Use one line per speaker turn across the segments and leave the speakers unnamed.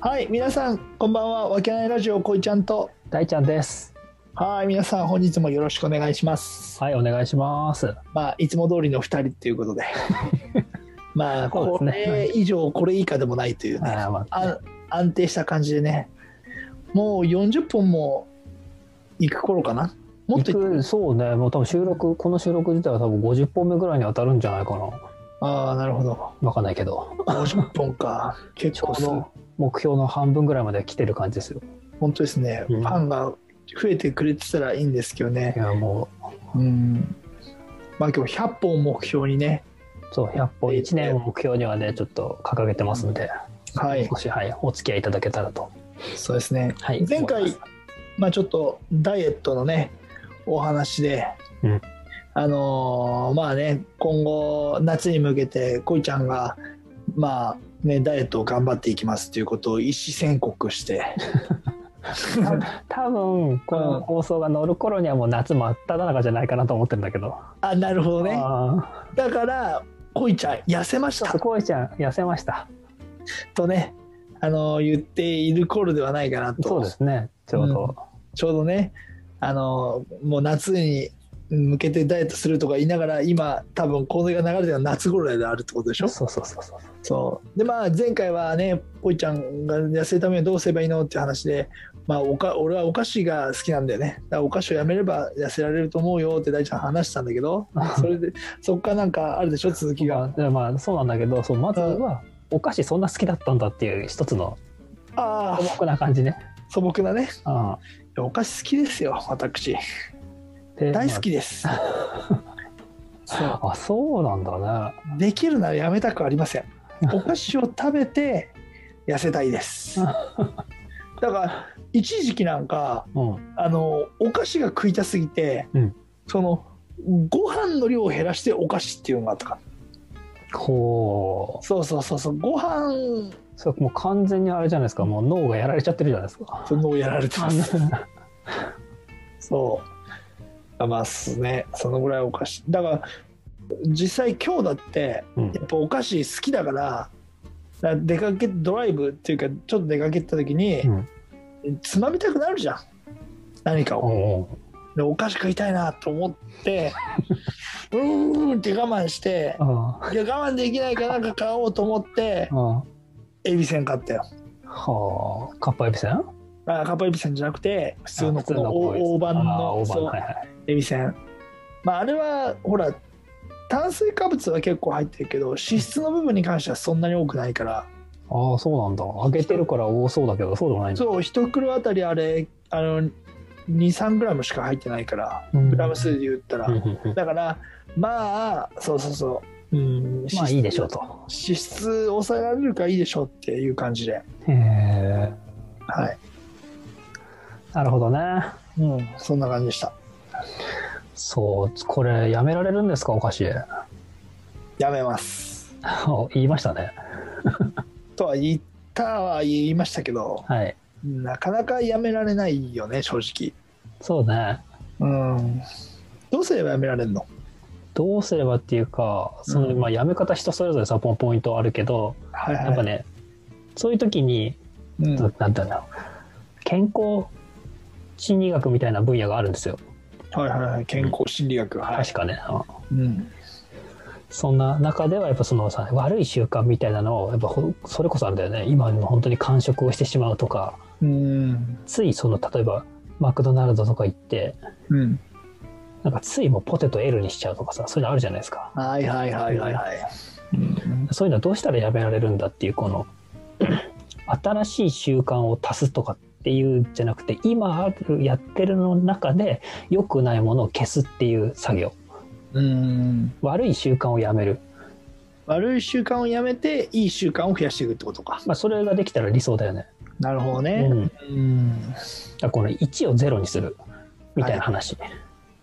はい、皆さん、こんばんは。わけないラジオ、こいちゃんと。
大ちゃんです。
はい、皆さん、本日もよろしくお願いします。
はい、お願いします。
まあ、いつも通りの二人っていうことで。 まあ、
そう
こ
ですね
れ以上、これ以下でもないというね。
あーまあ、
あ安定した感じでね。もう40本も行く頃かな。もっと
行
行って
くそうね、もう多分収録、この収録自体は多分50本目ぐらいに当たるんじゃないかな。
ああ、なるほど。
わかんないけど、
50本 か。結
ちょ
構
う
すごい
ど目標の半分ぐらいまで来てる感じですよ。
本当ですね。
うん
ファンが増えてくれてたらいいんですけどね
い。や、も
うん。まあ今日100本を目標にね、
う、そう、100本、1年を目標にはね、ちょっと掲げてますんで、
はい
少、し、はい、お付き合いいただけたらと。
そうですね。
はい、
前回
思います
まあちょっとダイエットのね、お話で、
うん
あのーまあね、今後夏に向けて、こいちゃんが、まあね、ダイエットを頑張っていきますということを意思宣告 して、
多分、この放送が乗る頃にはもう夏真っ只中じゃないかなと思ってるんだけど。
あ、なるほどね。
あ
だから、こいちゃん痩せまし
ーちょったとこいちゃん、痩せました。
とね、あのー言っている頃ではないかなと。
そうですね、ちょうど。
ちょうどね、あのもう夏に向けてダイエットするとか言いながら、今、多分これが流れてるのは夏頃であるってことでしょ
そうそうそうそう。
そう。で、まあ、前回はね、ぽいちゃんが痩せるためにはどうすればいいのって話で、まあおか、俺はお菓子が好きなんだよね。だからお菓子をやめれば痩せられると思うよって大ちゃん話したんだけ ど、それで、そっからなんかあるでしょ、続き
まあ
が。
で、まあ、そうなんだけどそうまずはお菓子そんな好きだったんだっていう一つの
ああ
素、朴な感じね。
素朴なね。
うん
お菓子好きですよ、私。
で
大好き です。そう
まああそうなんだね。
できるならやめたくありません。お菓子を食べて痩せたいです。だから一時期なんか
うん、
あのお菓子が食いたすぎて、
うん
そのご飯の量を減らしてお菓子っていうのがあったから
こう
そうそうそうそうご飯
それもう完全にあれじゃないですかもう脳がやられちゃってるじゃないで すか。
そのをやられてます そうまあっすねそのぐらいお菓子だから実際今日だって
うん
やっぱお菓子好きだからだから出かけドライブっていうかちょっと出かけた時に、
うん
つまみたくなるじゃん何かを、
おう
でお菓子食いたいなと思って うーんって我慢して
おうあ
いや我慢できないからなんか買おうと思って
ああ
エビせん買ったよ
あはあカッパエビせん
あカッパエビせんじゃなくて普通のこの
こうい
大
う
大判
ああ
の
大判
そう
はいはい
エビせんまああれはほら炭水化物は結構入ってるけど脂質の部分に関してはそんなに多くないから
ああそうなんだ揚げてるから多そうだけどそうでもないんだ
そう一袋あたりあれあの23グラムしか入ってないから
うん
グラム数で言ったら、
うんうんうん
だからまあそうそうそううん
まあいいでしょう
う
と。
脂質抑えられるからいいでしょうっていう感じで
へえ
はい、
なるほどね。
うん、そんな感じでした
そう、これやめられるんですか、お菓子。
やめます
お 言いましたね。
とは言ったは言いましたけど
はい。
なかなかやめられないよね正
そうね。
直うんどうすればやめられるの
どうすればっていうか、その、
うん
まあ、やめ方人それぞれさ、ポンポイントあるけど、
はいはい
やっぱね、そういう時に、
うん、
なんていうんだろう。健康心理学みたいな分野があるんですよ。
はいはいはい健康心理学はい、
確かね。うん
うん、
そんな中では、やっぱそのさ、悪い習慣みたいなのを、やっぱほそれこそあるんだよね。今の本当に完食をしてしまうとか、
うん
ついその、例えば、マクドナルドとか行って、
うん
なんかついもうポテト L にしちゃうとかさ、そういうのあるじゃないですか。
はいはいはいはいはい。うん
そういうのはどうしたらやめられるんだっていう、この、 新しい習慣を足すとかっていうんじゃなくて、今ある、やってるの中で、良くないものを消すっていう作業。
うん、
悪い習慣をやめる。
悪い習慣をやめていい習慣を増やしていくってことか
まあ、それができたら理想だよね。
なるほど
う
ね、
ん。だか
うん、
らこの1を0にする。みたいな話。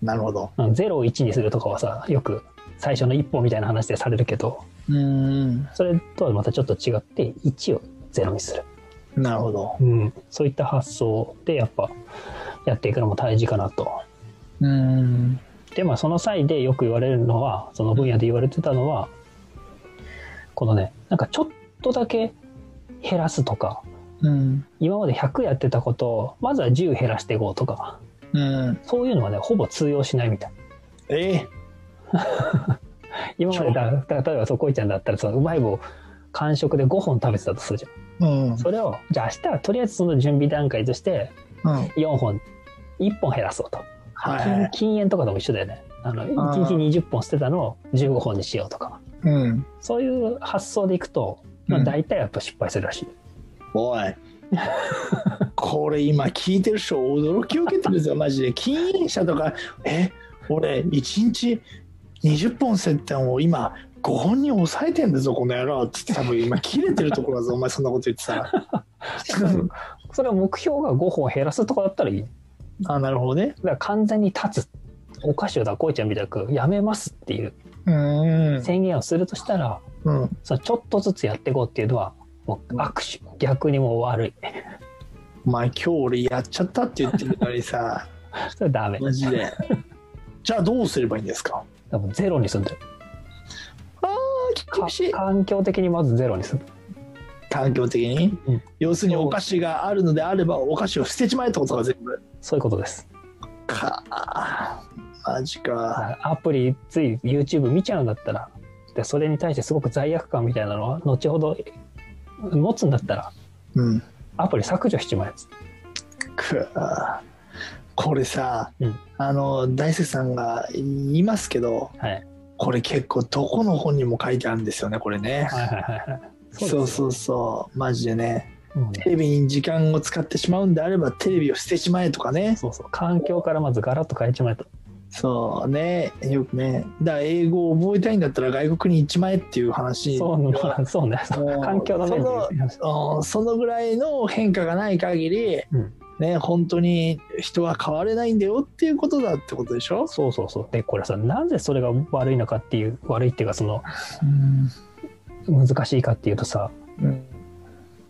なるほど
うん0を1にするとかはさ、よく最初の一歩みたいな話でされるけど、
うん
それとはまたちょっと違って、1を0にする。
なるほど
うん、そういった発想でやっぱやっていくのも大事かなと。
うん
でまあその際でよく言われるのはその分野で言われてたのはこのねなんかちょっとだけ減らすとか
うん
今まで100やってたことをまずは10減らしていこうとか
うん
そういうのはねほぼ通用しないみたい
ええ
今までだだから例えばそうこいちゃんだったらそのうまい棒完食で5本食べてたとするじゃん
うん
それをじゃあ明日はとりあえずその準備段階として
うん
4本1本減らそうと
は
禁禁煙とかでも一緒だよねあの
あー
1日20本捨てたのを15本にしようとか
いうん
そういう発想でいくと、まあ、
うん
大体やっぱ失敗するらしい、
おい これ今聞いてる人驚きを受けてるんですよマジで禁煙者とかえ俺1日20本接点を今5本に抑えてんだぞこの野郎っつって多分今切れてるところだぞお前そんなこと言ってた ら
それは目標が5本減らすとかだったらいいだ
あなるほどね
から完全に立つお菓子をだこいちゃんみたくやめますっていう
うーん
宣言をするとしたら、
うん
そのちょっとずつやっていこうっていうのはもう握手逆にもう悪い
お前今日俺やっちゃったって言ってるのに さ
それダメ
マジでじゃあどうすればいいんですか
多分ゼロにするんだよ
あー
か
厳しい
環境的にまずゼロにする
環境的に、
うん
要するにお菓子があるのであればお菓子を捨てちまえってことが全部
そういうことです
かマジか
アプリつい YouTube 見ちゃうんだったらでそれに対してすごく罪悪感みたいなのは後ほど持つんだったら
うん
アプリ削除しちまえ
くあこれさ、
うん
あの大輔さんが言いますけど
はい
これ結構どこの本にも書いてあるんですよねこれね
はいはいはいはい
そう
う
そうそうマジでね
ですよもうね
テレビに時間を使ってしまうんであればテレビを捨てしまえとかね
そうそう環境からまずガラッと変えちまえと
そうねよくねだから英語を覚えたいんだったら外国に行っちまえっていう話
そう,、まあ、 そうねそう環境の面で言う
うんそのぐらいの変化がない限り、
うん
ね本当に人は変われないんだよっていうことだってことでしょ、
そうそうそうでこれさなぜそれが悪いのかっていう悪いっていうかその
うん
難しいかっていうとさ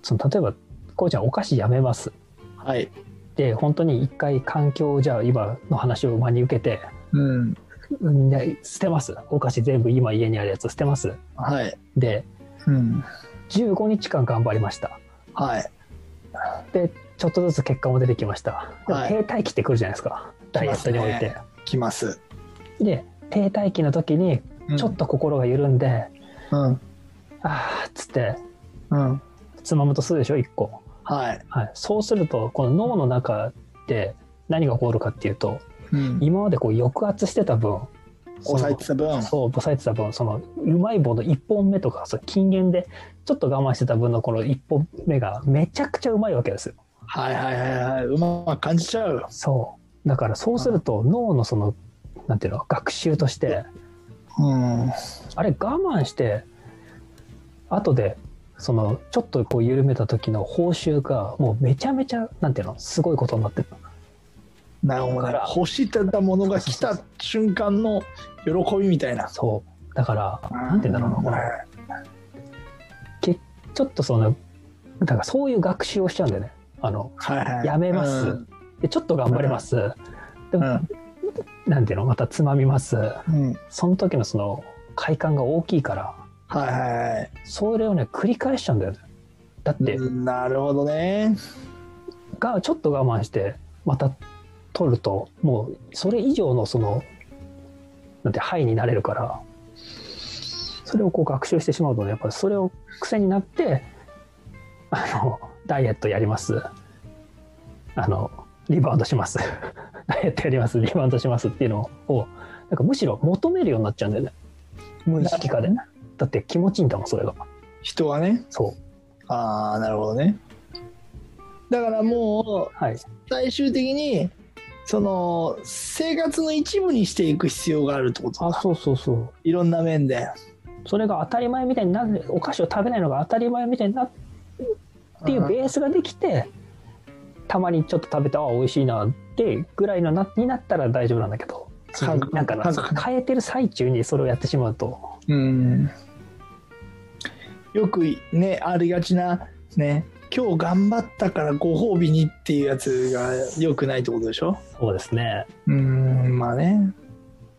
その例えばこうちゃんお菓子やめます
はい、
で本当に一回環境をじゃあ今の話を真に受けて
うん、
うんね捨てますお菓子全部今家にあるやつ捨てます
はい、
で
うん、
15日間頑張りました
はい、
でちょっとずつ結果も出てきました、でも
はい
停滞期ってくるじゃないですかダイエットにおいて、
来ます。
で停滞期の時に
うん
ちょっ、と心が緩んで、
うん、
あーっつって
うん、
つまむとするでしょ1個、
はい、
はい、そうするとこの脳の中で何が起こるかっていうと
うん、
今までこう抑圧してた分
抑えてた分、
そう抑えてた分そのうまい棒の1本目とかそう禁煙でちょっと我慢してた分のこの1本目がめちゃくちゃうまいわけですよ
はい、はい、はい、はい、うまく感じちゃう。
そうだからそうすると脳のそのなんていうの学習として
うん、
あれ我慢して後でそのちょっとこう緩めた時の報酬がもうめちゃめちゃなんていうのすごいことになってる
なるほど
だ
ね
から。
欲してたものが来た瞬間の喜びみたいな。
そうだからなんて言うんだろうなこの
な。
ちょっとそのだからそういう学習をしちゃうんだよねあの
はい、はい。
やめます
うん
でちょっと頑張ります、
うん、
なんていうのまたつまみます
うん、
その時のその快感が大きいから
はい、はい、はい。
それをね繰り返しちゃうんだよねだって、
うんなるほどね
がちょっと我慢してまた取るともうそれ以上のそのなんてハイになれるからそれをこう学習してしまうとねやっぱりそれを癖になってあのダイエットやりますあのリバウンドします ダイエットやりますリバウンドしますっていうのをなんかむしろ求めるようになっちゃうんだよね無意識化でだって気持ちいいんだもんそれが
人はね
そう
ああなるほどねだからもう
はい
最終的にその生活の一部にしていく必要があるってこと
あ
だ
そうそうそう
いろんな面で
それが当たり前みたいになるお菓子を食べないのが当たり前みたいになっていうベースができてたまにちょっと食べてああ美味しいなってぐらいのなになったら大丈夫なんだけど
感覚
なんかな
感覚
変えてる最中にそれをやってしまうと
うんよくねありがちなね今日頑張ったからご褒美にっていうやつが良くないってことでしょ
そうですね
うんまあね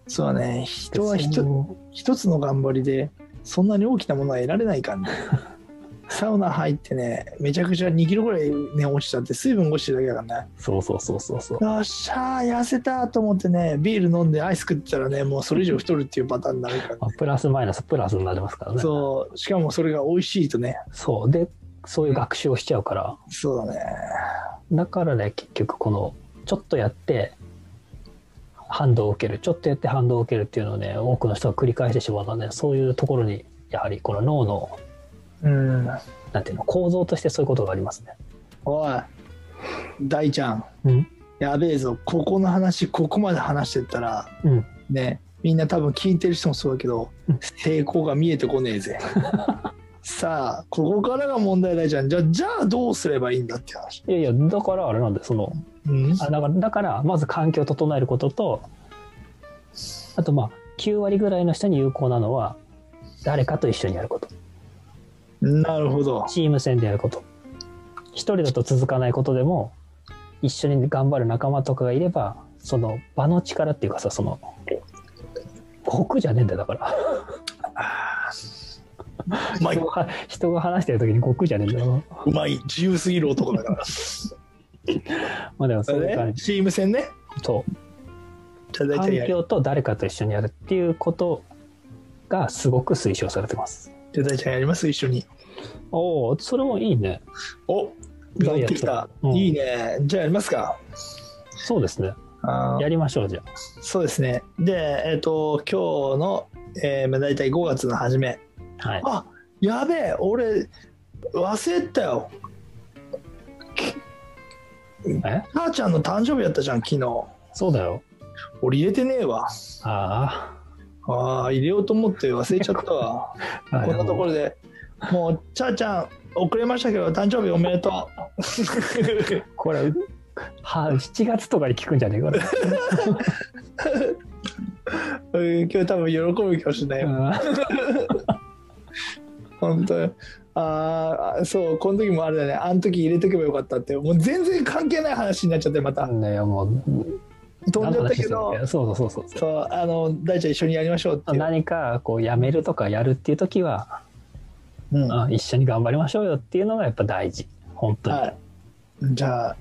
そうね人は
でそ
一
の
一つの頑張りでそんなに大きなものは得られないからねサウナ入ってね、めちゃくちゃ2キロぐらいね、落ちたって、水分落ちてるだけだからね。
そうそうそうそうそう。
よっしゃー、痩せたと思ってね、ビール飲んでアイス食ってたらね、もうそれ以上太るっていうパターンになる から
まあ
ね。
プラスマイナスプラスになりますからね。そう
そう、しかもそれが美味しいとね、
でそういう学習をしちゃうから、
そうだね。
だからね結局このちょっとやって反動を受けるちょっとやって反動を受けるっていうのをね多くの人が繰り返してしまうのでそういうところにやはりこの脳の
うん。
なんていうの構造としてそういうことがありますね。
おい、大ちゃん、
うん
やべえぞ、ここの話、ここまで話してったら、
うん
ね、みんな多分聞いてる人もそうだけど
うん、
成功が見えてこねえ ぜ。さあ、ここからが問題大ちゃん。じゃあ、じゃあどうすればいいんだって話。
いやいやだからあれなんでその
うん。
あだからだからまず環境を整えることとあとまあ9割ぐらいの人に有効なのは誰かと一緒にやること
なるほど。
チーム戦でやること一人だと続かないことでも一緒に頑張る仲間とかがいればその場の力っていうかさその僕じゃねえんだよだから
うまい
人、が 人が話してる時に僕じゃねえんだよ
うまい、自由すぎる男だから。
まあでも そういう感じ
チーム戦ね。
そう
じゃあ大
環
体やる。
境と誰かと一緒にやるっていうことがすごく推奨されてます
じゃあ大ちゃんやります一緒に。
おおそれもいいね
お
ダ
や
イエ
っ
ット
てきた。
うん
いいね。じゃあやりますか。
そうですね
あー
やりましょうじゃあ
そうですね。で、えっ、と、今日の、えーまあ、大体5月の初め。
はい
あやべえ、俺、忘れてたよ。
え
母ちゃんの誕生日やったじゃん、昨日。
そうだよ
俺入れてねえわ。
あ
ああ、入れようと思って忘れちゃった わ。
あ
こんなとこ
ろ
ろで。もう、ちゃーちゃん、遅れましたけど、誕生日おめでとう。
これは7月とかに聞くんじゃねえかな
うん今日多分喜ぶかもしれないよ、
うん
本当にああそうこの時もあれだねあの時入れとけばよかったってもう全然関係ない話になっちゃってまた
なんだよもう
飛んじゃったけど
何の話してたっけそうそうそうそう
そうあの大ちゃん一緒にやりましょうっていう、
何かこうやめるとかやるっていう時は、
うんは
うん一緒に頑張りましょうよっていうのがやっぱ大事本当に、
い、じゃあ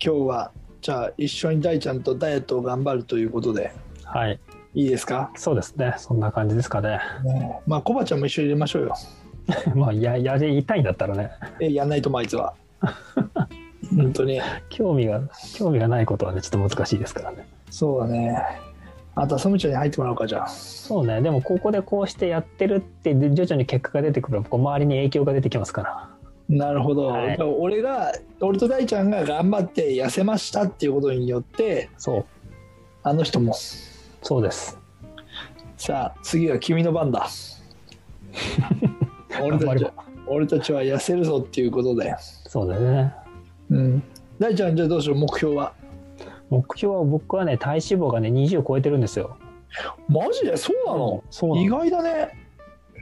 今日はじゃあ一緒に大ちゃんとダイエットを頑張るということで
はい、
いいですか、
そうですねそんな感じですかね
ねまあコバちゃんも一緒に入れましょうよ
まあややりたいんだったらね
えやんないともあい つは本当に
興味が興味がないことはねちょっと難しいですからね
そうだねあとはサムちゃんに入ってもらおうかじゃあ
そうねでもここでこうしてやってるってで徐々に結果が出てくるこう周りに影響が出てきますから
なるほど、
はい
だから俺が俺と大ちゃんが頑張って痩せましたっていうことによって
そう
あの人も
そうです
さあ次は君の番 だ俺
頑張
た
れ
ち
ば
俺たちは痩せるぞっていうことで、
そうだね
うん、大ちゃんじゃあどうしよう目標は
目標は僕はね体脂肪がね20を超えてるんですよ
マジでそうなの、
そうなの
意外だね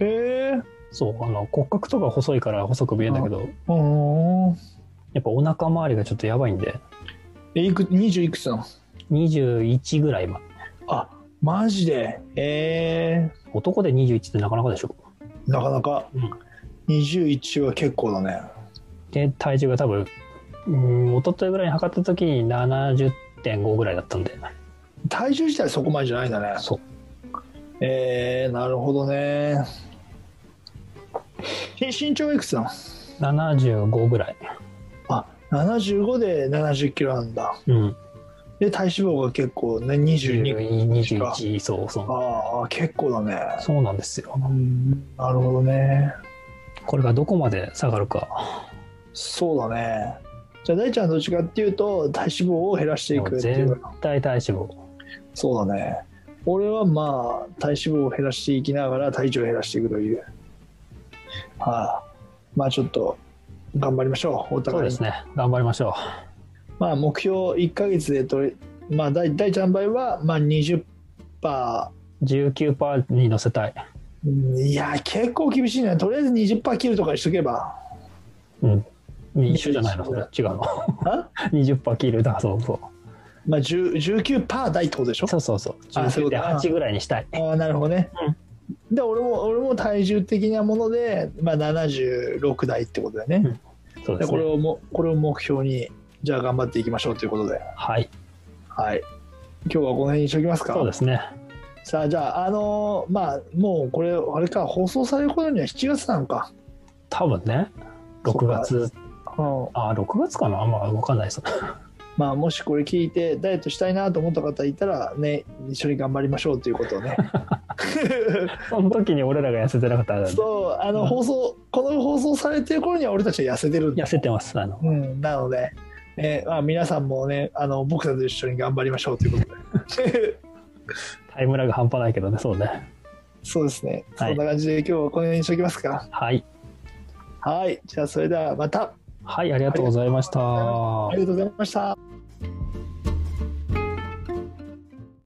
へえ
そうあの骨格とか細いから細く見えるんだけど
うーん
やっぱお腹周りがちょっとやばいんで
えいく20いくつなの
21ぐらいまで
あマジでへえ
男で21ってなかなかでしょ
なかなか、
うん
21は結構だね
で体重が多分うん一昨日ぐらいに測った時に70.5ぐらいだったんで
体重自体そこまでじゃないんだね
そう
えー、なるほどね。し身長いくつなの
75ぐらい
あ75で70キロなんだ。
うん
で、体脂肪が結構ね、22。
21そうそう
ああ、結構だね。
そうなんですよ
うん、なるほどね。
これがどこまで下がるか
そうだね。じゃあ、大ちゃんどっちかっていうと、体脂肪を減らしていくってい
全
う。
体体脂肪
そうだね。俺はまあ、体脂肪を減らしていきながら体重を減らしていくという。はい、まあ、ちょっと、頑張りましょう。お
そう
互い
で
に
す。ね頑張りましょう
まあ、目標1ヶ月でとれ、まあ、大大ちゃんの場合は、まあ、20%、
19%に乗せたい
うんいや、結構厳しいね。とりあえず20%切るとかにしとけば。
うん一緒じゃないのそれ違うの
あ
20%切るだそうそう
まあ、10 19%台ってことでしょ
そうそうそう
あそういうこと
19.8ぐらいにしたい
ああ、なるほどね。で俺も俺も体重的なもので、まあ、76台ってことだよね、
そう
で
で
すこれ
ね。
をもこれを目標にじゃあ頑張っていきましょうということで
はい。
はい今日はこの辺にしときますか
そうですね。
さあじゃああのーまあもうこれあれか放送される頃には7月なのか、
多分ね、6月、
うん、
あ、6月かなまあ、わかんないです。
まあもしこれ聞いてダイエットしたいなと思った方いたらね一緒に頑張りましょうということを ね
その時に俺らが痩せてなかったら、
そうあの放送この放送されてる頃には俺たちは痩せてるんだ
痩せてます。あの、
うん、なので、えーまあ、皆さんもねあの僕たちと一緒に頑張りましょうということで
タイムラグ半端ないけどね、そうね。
そうですね、
はい
そんな感じで今日はこの辺にしときますか
はい。
はいじゃあそれではまた
はい、ありがとうございました。
ありがとうございました